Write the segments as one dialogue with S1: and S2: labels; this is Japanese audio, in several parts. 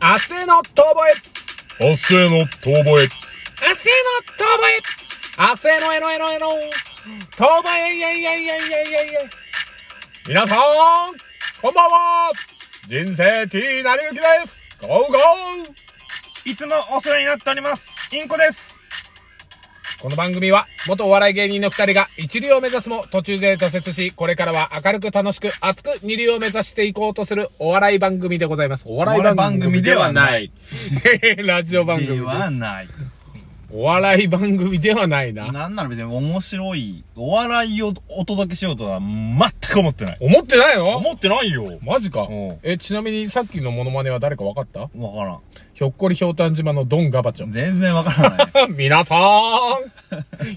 S1: 明日への遠吠
S2: 明日への遠吠え。
S1: え明日への遠吠え明日へのえのえのえの遠吠えいやいやいやいやいやいや皆さん、こんばんは人生 T なりゆきですゴーゴー
S2: いつもお世話になっております。インコです。
S1: この番組は元お笑い芸人の二人が一流を目指すも途中で挫折し、これからは明るく楽しく熱く二流を目指していこうとするお笑い番組でございます。お笑い番組ではない。
S2: い。
S1: ラジオ番組で。
S2: ですはない。
S1: お笑い番組ではないな。
S2: なんなら別に面白い、お笑いをお届けしようとは全く思ってない。
S1: 思ってないの
S2: 思ってないよ。わ
S1: マジか
S2: うん。
S1: え、ちなみにさっきのモノマネは誰か分かった
S2: か
S1: ひょっこりひょうたん島のドンガバチ
S2: ら
S1: ョ
S2: ん。
S1: ン。
S2: 全然わからない。
S1: 皆さ ん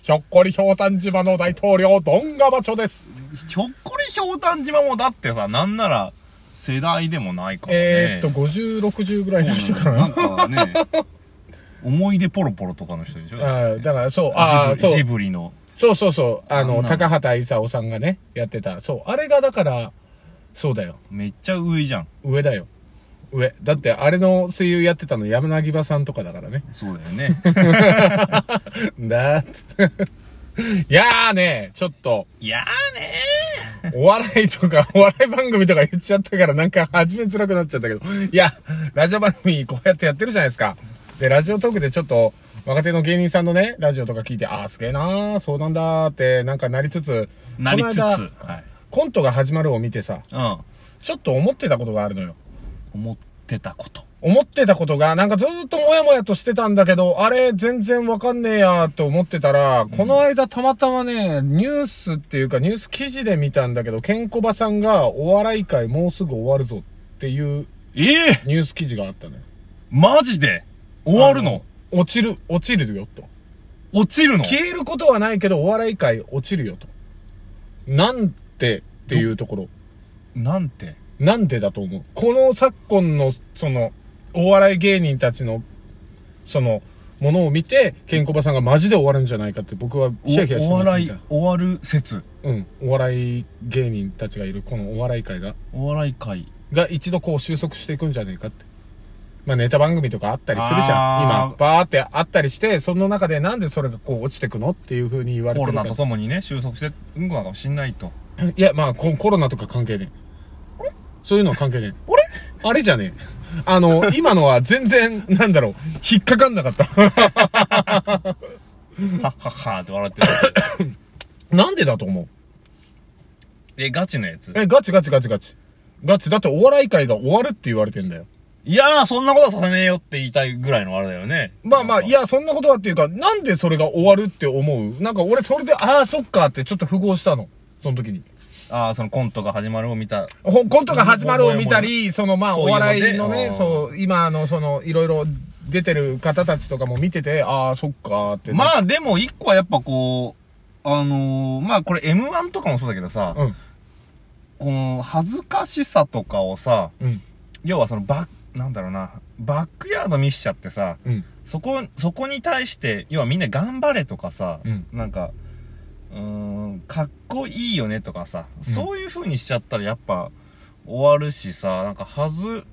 S1: ひょっこりひょうたん島の大統領、ドンガバチョです。
S2: ひょっこりひょうたん島もだってさ、なんなら世代でもないからね。
S1: えー、っと、50、60ぐらいの人かな
S2: なんかね、思い出ポロポロとかの人でしょ
S1: ああ、だからそう、ああ、
S2: ジブ
S1: そ
S2: リ
S1: う、
S2: ジブリの。
S1: そうそうそう、あの、
S2: あんなの
S1: 高畑勲さんがね、やってた、そう、あれがだから、そうだよ、
S2: めっちゃ上じゃん。
S1: 上だよ。上。だって、あれの声優やってたの柳葉さんとかだからね。
S2: そうだよ ね。
S1: だーって。いやーね、ちょっと、
S2: いやーね
S1: お笑いとか、お笑い番組とか言っちゃったから、なんか始めづらくなっちゃったけど。いや、ラジオ番組こうやってやってるじゃないですか。で、ラジオトークでちょっと、若手の芸人さんのね、ラジオとか聞いて、ああ、すげえなー、そうなんだーって、なんかなりつつ、
S2: なりつつ。
S1: この
S2: は
S1: 間コントが始まるを見てさ、
S2: い。
S1: ちょっと思ってたことがあるのよ。
S2: うん。思ってたこと。
S1: 思ってたことが、なんかずーっともやもやとしてたんだけど、あれ、全然わかんねえやーと思ってたら、この間たまたまね、ニュースっていうかニュース記事で見たんだけど、ケンコバさんがお笑い界もうすぐ終わるぞっていう
S2: ええ
S1: ニュース記事があったね。
S2: マジで終わるの
S1: 落ちる、落ちるよと。
S2: 落ちるの
S1: 消えることはないけど、お笑い界落ちるよと。なんてっていうところ。
S2: なんて。
S1: なんでだと思うこの昨今の、その、お笑い芸人たちの、その、ものを見て、ケンコバさんがマジで終わるんじゃないかって僕は
S2: お
S1: ヒヤヒヤして
S2: お
S1: ます
S2: 笑
S1: み
S2: い
S1: たいな、
S2: 終わる説。
S1: うん。お笑い芸人たちがいる、このお笑い界が、
S2: お笑い界。
S1: が一度こう収束していくんじゃないかって。まあネタ番組とかあったりするじゃん。
S2: あー
S1: 今、バーってあったりして、その中でなんでそれがこう落ちてくのっていう風に言われて
S2: コ
S1: る
S2: ロ
S1: か
S2: ナ
S1: ら。
S2: とともにね、収束して、うんこなのかもしんないと。
S1: いや、まあ、ココロナとか関係ねえ。そういうのは関係ねえ。あれあれじゃねえ。あの、今のは全然、なんだろう、引っかかんなかった。
S2: はっはっはーって笑って る。
S1: なんでだと思う
S2: え、ガチのやつ。
S1: え、ガチガチガチガチ。ガチ、だってお笑い界が終わるって言われてんだよ。
S2: いやー、そんなことはさせねえよって言いたいぐらいのあれだよね。
S1: まあまあ、
S2: なん
S1: い
S2: か、
S1: や、そんなことはっていうか、なんでそれが終わるって思うなんか俺それで、ああ、そっかってちょっと符合したの。その時に。
S2: ああ、そのコントが始まるを見た。
S1: ほコントが始まるを見たり、そのまあ
S2: そ
S1: お
S2: ういうのね
S1: 笑いの
S2: う
S1: ね、
S2: ん
S1: そう、今あのその、いろいろ出てる方たちとかも見てて、ああ、そっかって。
S2: まあでも一個はやっぱこう、あのー、まあこれ M1 とかもそうだけどさ、
S1: うん。
S2: この恥ずかしさとかをさ、
S1: うん。
S2: 要はそのバッ、なんだろうな、バックヤード見しちゃってさ、
S1: うん。
S2: そこ、そこに対して、要はみんな頑張れとかさ、
S1: うん
S2: なんか、うーん、かっこいいよねとかさ、そういう風にしちゃったらやっぱ終わるしさ、なんかはず、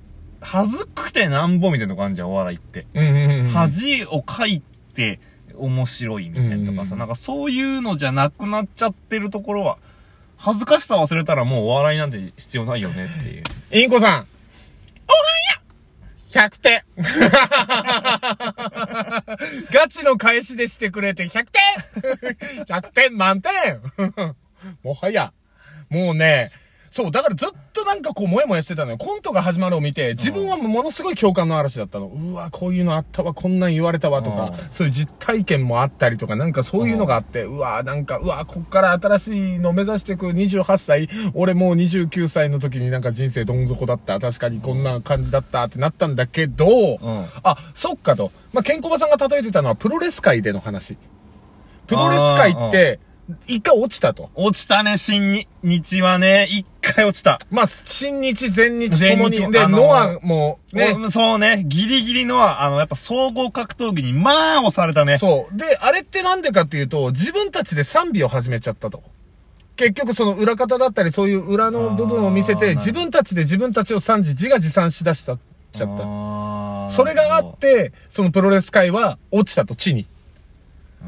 S2: はずくてなんぼみたいなとこあるじゃん、お笑いって。
S1: うんうんうん。
S2: 恥をかいて面白いみたいなとかさ、
S1: うん
S2: なんかそういうのじゃなくなっちゃってるところは、恥ずかしさ忘れたらもうお笑いなんて必要ないよねっていう。
S1: インコさん。おはんや !100 点ガチの返しでしてくれて100点 !100 点満点もはや、もうね、そう、だからずっとなんかこう、もやもやしてたのよ。コントが始まるを見て、自分はものすごい共感の嵐だったの。うわ、こういうのあったわ、こんなん言われたわと
S2: う
S1: か
S2: ん、
S1: そういう実体験もあったりとか、なんかそういうのがあって、うわ、なんか、うわ、こっから新しいの目指していく28歳、俺もう29歳の時になんか人生どん底だった、確かにこんな感じだったってなったんだけど、
S2: うん
S1: あ、そっかと。まあ、ケンコバさんが例えてたのはプロレス界での話。プロレス界って、一回落ちたと。
S2: 落ちたね、新に日はね、一回落ちた。
S1: まあ、新日、全日とも
S2: 全日も
S1: に、で、
S2: あのー
S1: ノアもね、
S2: ね、そうね、ギリギリのは、あの、やっぱ総合格闘技に、まあ、押された ね。
S1: そう。で、あれってなんでかっていうと、自分たちで賛美を始めちゃったと。結局その裏方だったりそういう裏の部分を見せ
S2: あー
S1: て、
S2: なるほど
S1: 自分たちで自分たちを賛辞、自画自賛しだしたちゃった。
S2: あー
S1: それがあっ。て、そのプロレス界は落ちたと地に。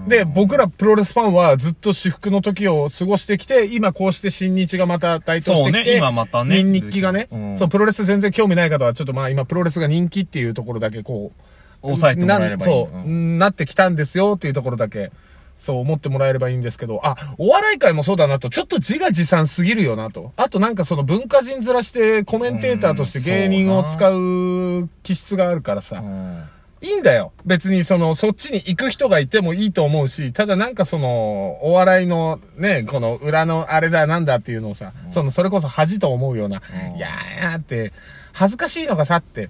S1: で、僕らプロレスファンはずっと至福の時を過ごしてきて、今こうして新日がまた台頭してきて、
S2: そうね今またね
S1: 人気がね、
S2: うん
S1: そう、プロレス全然興味ない方は、ちょっとまあ今プロレスが人気っていうところだけこう、
S2: 抑えてもらえればいい。
S1: なんそう、なってきたんですよっていうところだけ、そう思ってもらえればいいんですけど、あ、お笑い界もそうだなと、ちょっと自画自賛すぎるよなと。あとなんかその文化人ずらしてコメンテーターとして芸人を使う気質があるからさ
S2: う、ん
S1: いいんだよ。別にその、そっちに行く人がいてもいいと思うし、ただなんかその、お笑いのね、この裏のあれだなんだっていうのをさ、その、それこそ恥と思うような、いやーって、恥ずかしいのがさって、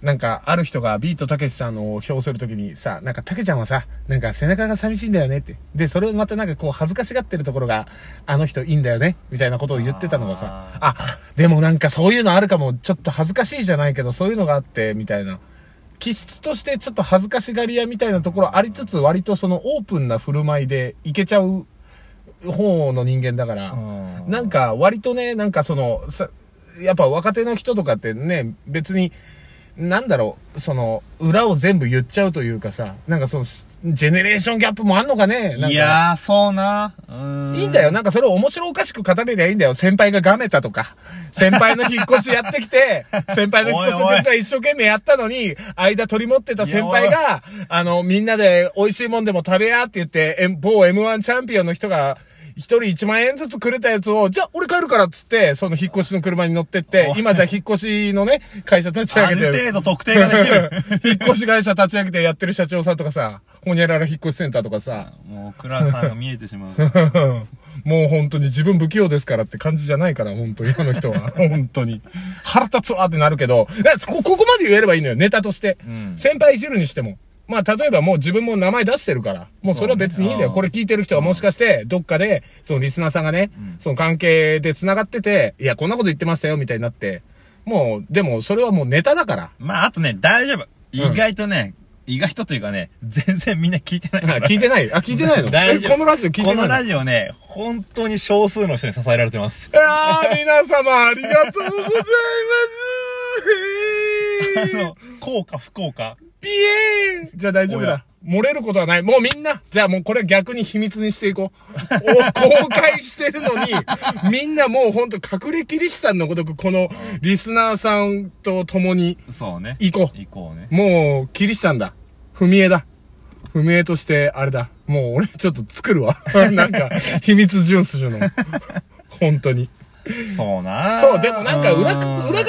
S1: なんか、ある人がビートたけしさんを表するときにさ、なんか、たけちゃんはさ、なんか背中が寂しいんだよねって。で、それをまたなんかこう恥ずかしがってるところが、あの人いいんだよねみたいなことを言ってたのがさ、あ、でもなんかそういうのあるかも、ちょっと恥ずかしいじゃないけど、そういうのがあって、みたいな。気質としてちょっと恥ずかしがり屋みたいなところありつつ、割とそのオープンな振る舞いでいけちゃう方の人間だから、
S2: うん
S1: なんか割とね、なんかその、さやっぱ若手の人とかってね、別に、なんだろう、その、裏を全部言っちゃうというかさ、なんかその、ジェネレーションギャップもあんのかねなんか
S2: いやー、そうな。うーん。
S1: いいんだよ。。なんかそれを面白おかしく語れりゃいいんだよ。先輩がガメたとか。先輩の引っ越しやってき て、先輩の引っ越しでさ、一生懸命やったのに、間取り持ってた先輩
S2: い
S1: が、あの、みんなで美味しいもんでも食べやって言って、M- 某 M1 チャンピオンの人が、一人一万円ずつくれたやつを、じゃあ俺帰るからっつって、その引っ越しの車に乗ってって
S2: お、い
S1: 今じゃ引っ越しのね、会社立ち上
S2: あ
S1: げて
S2: る程度特定がで きる。
S1: 引っ越し会社立ち上げてやってる社長さんとかさ、ほにゃらら引っ越しセンターとかさ、
S2: もう、クラさんが見えてし まう。
S1: もう本当に自分不器用ですからって感じじゃないから、本当に、あの人は。本当に。腹立つわってなるけど、だからこここまで言えればいいのよ、ネタとして。
S2: ん
S1: 先輩いじるにしても。まあ、例えばもう自分も名前出してるから、もうそれは別にいいんだよ。
S2: そうね
S1: これ聞いてる人はもしかして、どっかで、そのリスナーさんがね、その関係で繋がってて、いや、こんなこと言ってましたよ、みたいになって。もう、でも、それはもうネタだから。
S2: まあ、あとね、大丈夫。意外とね、意外とというかね、全然みんな聞いて ないから。
S1: 聞いてないあ、聞いてないの
S2: 大丈夫
S1: えこのラジオ聞いてないの
S2: このラジオね、本当に少数の人に支えられてます
S1: い。やー、皆様ありがとうございます。
S2: あの、効果不効果。
S1: ピエーンじゃあ大丈夫だ。漏れることはない。もうみんな、じゃあもうこれ逆に秘密にしていこ う。お公開してるのに、みんなもうほんと隠れキリシタンのごとく、このリスナーさんと共に
S2: そうね。
S1: 行こ
S2: 行こうね
S1: う。。もう、キリシタンだ。踏み絵だ。踏み絵として、あれだ。もう俺ちょっと作るわ。 なんか、秘密ジュースの。本当に。
S2: そう な
S1: そう、でもなんか裏、裏
S2: うん
S1: 側を言っ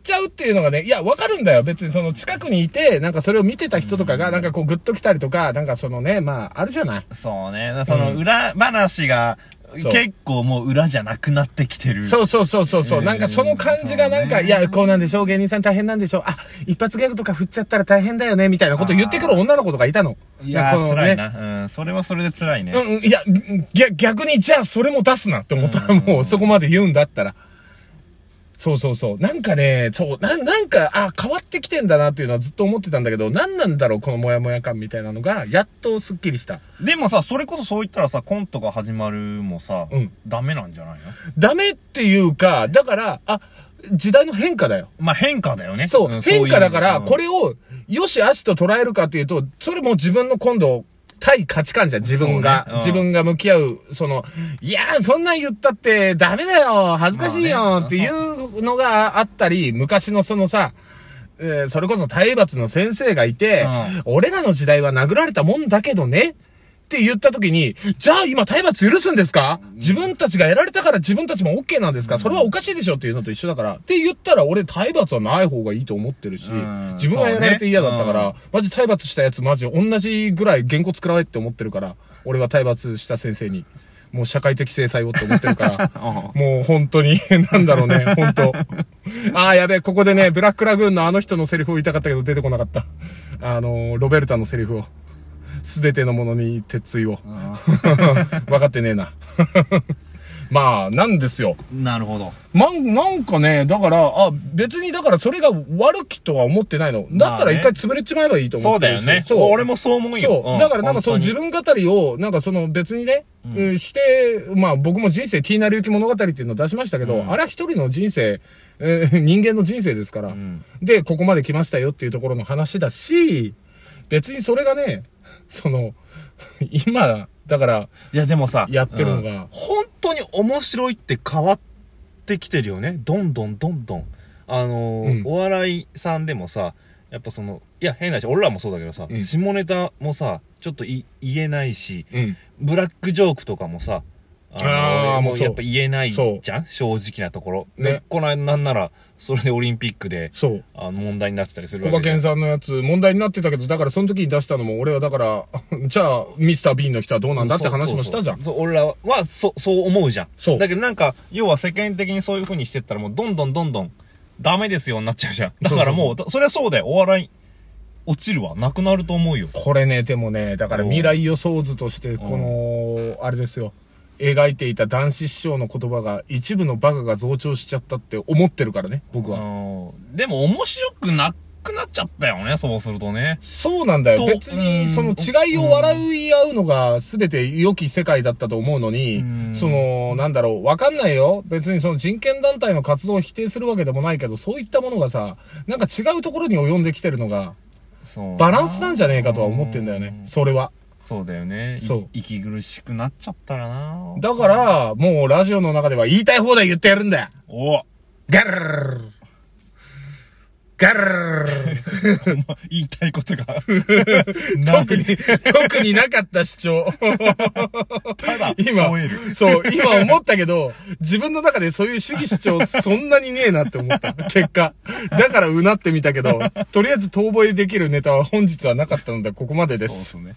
S1: ちゃうっていうのがね、いや、わかるんだよ。別にその近くにいて、なんかそれを見てた人とかが、なんかこうグッと来たりとか、なんかそのね、まあ、あるじゃない。
S2: そうね。その裏話が、
S1: そう
S2: 結構もう裏じゃなくなってきてる。
S1: そうそうそうそうそう、
S2: うん
S1: なんかその感じがなんか、
S2: そうね
S1: いや、こうなんでしょう、芸人さん大変なんでしょう、あ、一発ギャグとか振っちゃったら大変だよね、みたいなこと言ってくる女の子とかいたの。
S2: いや
S1: ん
S2: ー、
S1: かこの
S2: 辛
S1: ね
S2: いな。うん。それはそれで辛いね。
S1: うんうん、いや、逆逆に、じゃあそれも出すなって思ったら、もうそこまで言うんだったら。そうそうそう。なんかね、そう、なん、なんか、あ、変わってきてんだなっていうのはずっと思ってたんだけど、なんなんだろう、このモヤモヤ感みたいなのが、やっとスッキリした。
S2: でもさ、それこそそう言ったらさ、コントが始まるもさ、
S1: うん
S2: ダメなんじゃないの
S1: ダメっていうか、だから、あ、時代の変化だよ。
S2: まあ変化だよね。
S1: そう、
S2: ん
S1: 変化だから、こ
S2: れ、
S1: れを、よし悪しと捉えるかっていうと、それも自分の今度、対価値観じゃん、自分が、
S2: そうねうん
S1: 自分が向き合う、その、いやー、そんなん言ったってダメだよ、恥ずかしい
S2: まあ
S1: よ、
S2: ね
S1: っていうのがあったり、昔のそのさ、えーそれこそ体罰の先生がいて、俺らの時代は殴られたもんだけどね、って言った時に、じゃあ今体罰許すんですか自分たちがやられたから自分たちも OK なんですかそれはおかしいでしょっていうのと一緒だから。って言ったら俺体罰はない方がいいと思ってるし
S2: うん、
S1: 自分がやられて嫌だったか
S2: そう
S1: ら、マジ体罰したやつマジ同じぐらい原骨食らえって思ってるから、俺は体罰した先生に。もう社会的制裁をって思ってるから、もう本当に、なんだろうね、本当。ああ、やべえ、ここでね、ブラックラグーンのあの人のセリフを言いたかったけど出てこなかった。あのー、ロベルタのセリフを。すべてのものに鉄槌を。 分かってねえな。まあ、なんですよ。
S2: なるほど。
S1: なん、なんかね、だから、あ、別にだからそれが悪きとは思ってないの。だった
S2: まあ
S1: ら
S2: ね
S1: 一回潰れちまえばいいと思
S2: そう
S1: って
S2: だ
S1: る
S2: よ
S1: し
S2: ね。
S1: そう。
S2: 俺もそう思うよ。
S1: そう。だからなんかその自
S2: 分、
S1: 分語りを、なんかその別にね、うんして、まあ僕も人生 T なりゆき物語っていうのを出しましたけど、あれは一人の人生えー人間の人生ですから、
S2: ん
S1: で、ここまで来ましたよっていうところの話だし、別にそれがね、その、今、だから、
S2: いやでもさ、
S1: やってるのが
S2: うん本当に面白いって変わってきてるよね。どんどんどんどん。あのー
S1: うん
S2: お笑いさんでもさ、やっぱその、いや変なし、俺らもそうだけどさ、
S1: うん
S2: 下ネタもさ、ちょっとい言えないし、
S1: うん。
S2: ブラックジョークとかもさ、あ
S1: あー
S2: も
S1: もう
S2: う
S1: そう
S2: やっぱ言えない
S1: そう
S2: じゃん正直なところ。
S1: ね
S2: ね。この間なんなら、それでオリンピックで、
S1: そう。
S2: あの問題になってたりする
S1: 小
S2: わ
S1: 馬
S2: けじゃ
S1: 健
S2: ん。
S1: さんのやつ、問題になってたけど、だからその時に出したのも、俺はだから、 じゃあ、ミスター・ビーンの人はどうなんだって話もしたじゃん。
S2: そうそうそう俺らは、そ、そう思うじゃん。
S1: そう
S2: だけどなんか、要は世間的にそういう風にしてったらもうどんどんどんどんダメですよになっちゃうじゃん。だからもう、だそりゃそうだよ。お笑い、落ちるわ。なくなると思うよ。
S1: これね、でもね、だから
S2: うん
S1: 未来予想図として、この、あれですよ。描いていた男子師匠の言葉が一部のバカが増長しちゃったって思ってるからね、僕
S2: う
S1: は。
S2: ん。でも面白くなくなっちゃったよね。そうするとね。
S1: そうなんだよ。
S2: と
S1: 別
S2: う
S1: に、
S2: ん
S1: その違いを笑い合うのが全て良き世界だったと思うのに
S2: う、ん
S1: その、なんだろう、わかんないよ。別にその人権団体の活動を否定するわけでもないけど、そういったものがさ、なんか違うところに及んできてるのが、
S2: そう。
S1: バランスなんじゃねえかとは思ってんだよね。それは。
S2: そうだよね。い
S1: そう
S2: 息苦しくなっちゃったらな。
S1: だから、もうラジオの中では言いたい放題言ってやるんだよ
S2: お お
S1: ガルルルルガルルルルル
S2: 前言いたいことがあ る。 な
S1: 特に、特になかった主張。
S2: ただ、
S1: 今
S2: 吠える。、
S1: そう、今思ったけど、自分の中でそういう主義主張そんなにねえなって思った。結果。だからうなってみたけど、とりあえず遠吠えできるネタは本日はなかったので、ここまで
S2: そう
S1: で。
S2: ですすね。